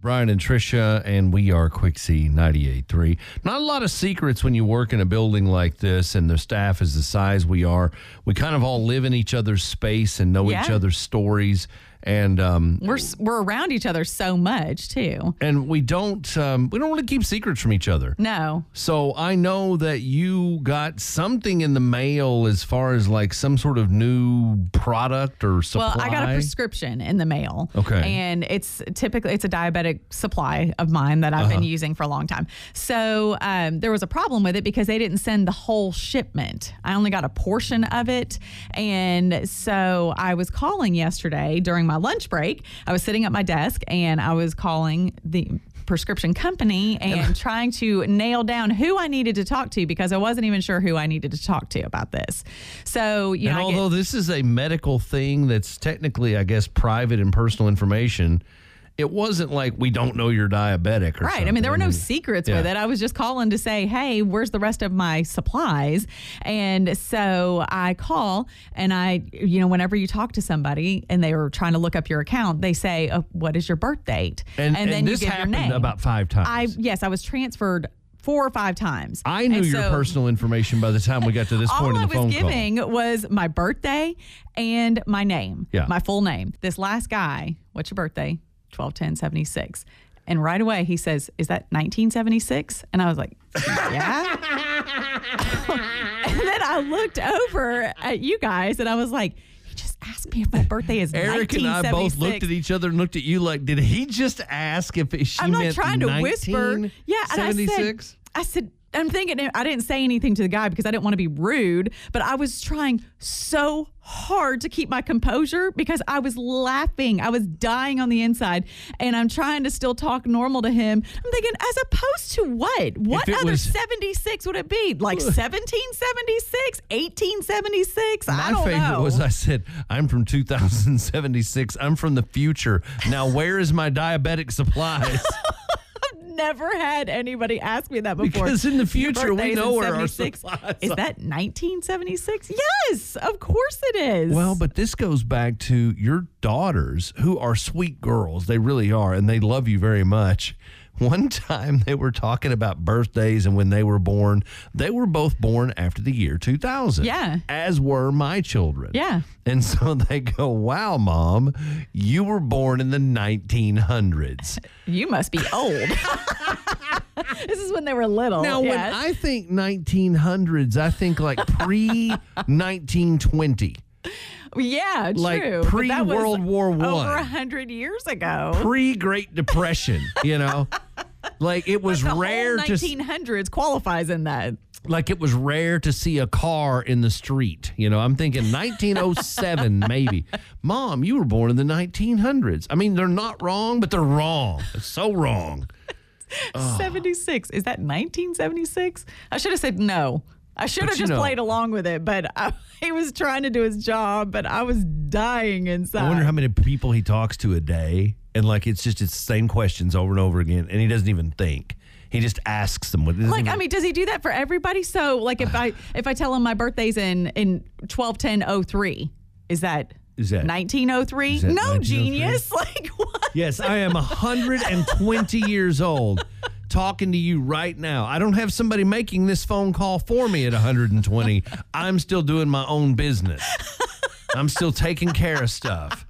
Brian and Trisha, and we are Quixie 98.3. Not a lot of secrets when you work in a building like this and the staff is the size we are. We kind of all live in each other's space and know each Yeah. other's stories. And um, We're s- we're around each other so much too. and we don't um, we don't really keep secrets from each other. No, So I know that you got something in the mail as far as like some sort of new product or well, supply. I got a prescription in the mail. Okay. and it's typically it's a diabetic supply of mine that I've been Uh-huh. using for a long time. So um, there was a problem with it because they didn't send the whole shipment. I only got a portion of it, and so I was calling yesterday during my lunch break. I was sitting at my desk and I was calling the prescription company and trying to nail down who I needed to talk to because I wasn't even sure who I needed to talk to about this. So you and know, I get- although this is a medical thing that's technically, I guess, private and personal information, it wasn't like we don't know you're diabetic or Right. I mean, there were no something. secrets Yeah. with it. I was just calling to say, hey, where's the rest of my supplies? And so I call and I, you know, whenever you talk to somebody and they were trying to look up your account, they say, oh, what is your birth date? And, and, then this you give happened your name. about five times. I, yes, I was transferred four or five times. I knew And your so personal information by the time we got to this point All in I the phone was giving was my birthday and my name, Yeah. my full name. This last guy, what's your birthday? 121076. And right away he says, Is that 1976? And I was like, Yeah. and then I looked over at you guys and I was like, He just asked me if my birthday is call. Eric and I both looked at each other and looked at you like, did he just ask if she I'm not meant trying to whisper. Yeah. And I said, 1976? I said, I'm thinking, I didn't say anything to the guy because I didn't want to be rude, but I was trying so hard to keep my composure because I was laughing. I was dying on the inside. And I'm trying to still talk normal to him. I'm thinking, as opposed to what? What it other was- 76 would it be? Like 1776? 1876? My I don't favorite know. was I said, I'm from 2076. I'm from the future. Now, where is my diabetic supplies? never had anybody ask me that before. because in the future, Birthdays we in know where our 76. supplies Is are. that 1976? Yes, of course it is. Well, but this goes back to your daughters, who are sweet girls. They really are, and they love you very much. One time they were talking about birthdays and when they were born. They were both born after the year 2000. Yeah. As were my children. Yeah. And so they go, wow, mom, you were born in the 1900s. you must be old. this is when they were little. Now, when yes. I think 1900s, I think like pre 1920. yeah, true. like but that pre-World was War One. over a hundred years ago. pre Great Depression, you know? Like it was The whole rare to s- 1900s qualifies in that. like it was rare to see a car in the street. You know, I'm thinking 1907 maybe. Mom, you were born in the 1900s. I mean, they're not wrong, but they're wrong. It's so wrong. 76. Is that 1976? I should have said no. I should have you just know- played along with it, but I, he was trying to do his job, but I was dying inside. I wonder how many people he talks to a day, and like it's just it's the same questions over and over again, and he doesn't even think. He just asks them. What, like I mean, does he do that for everybody? So like if I if I tell him my birthday's in in twelve ten oh three, is that Is that- nineteen oh three? is that No 1903? genius. Like what? Yes, I am 120 years old talking to you right now. I don't have somebody making this phone call for me at 120. I'm still doing my own business. I'm still taking care of stuff.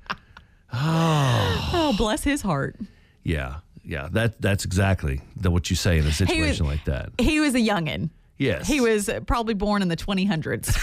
Oh, bless his heart. Yeah. Yeah, that that's exactly the, what you say in a situation like that. He was a youngin. Yes. He was probably born in the twenty hundreds.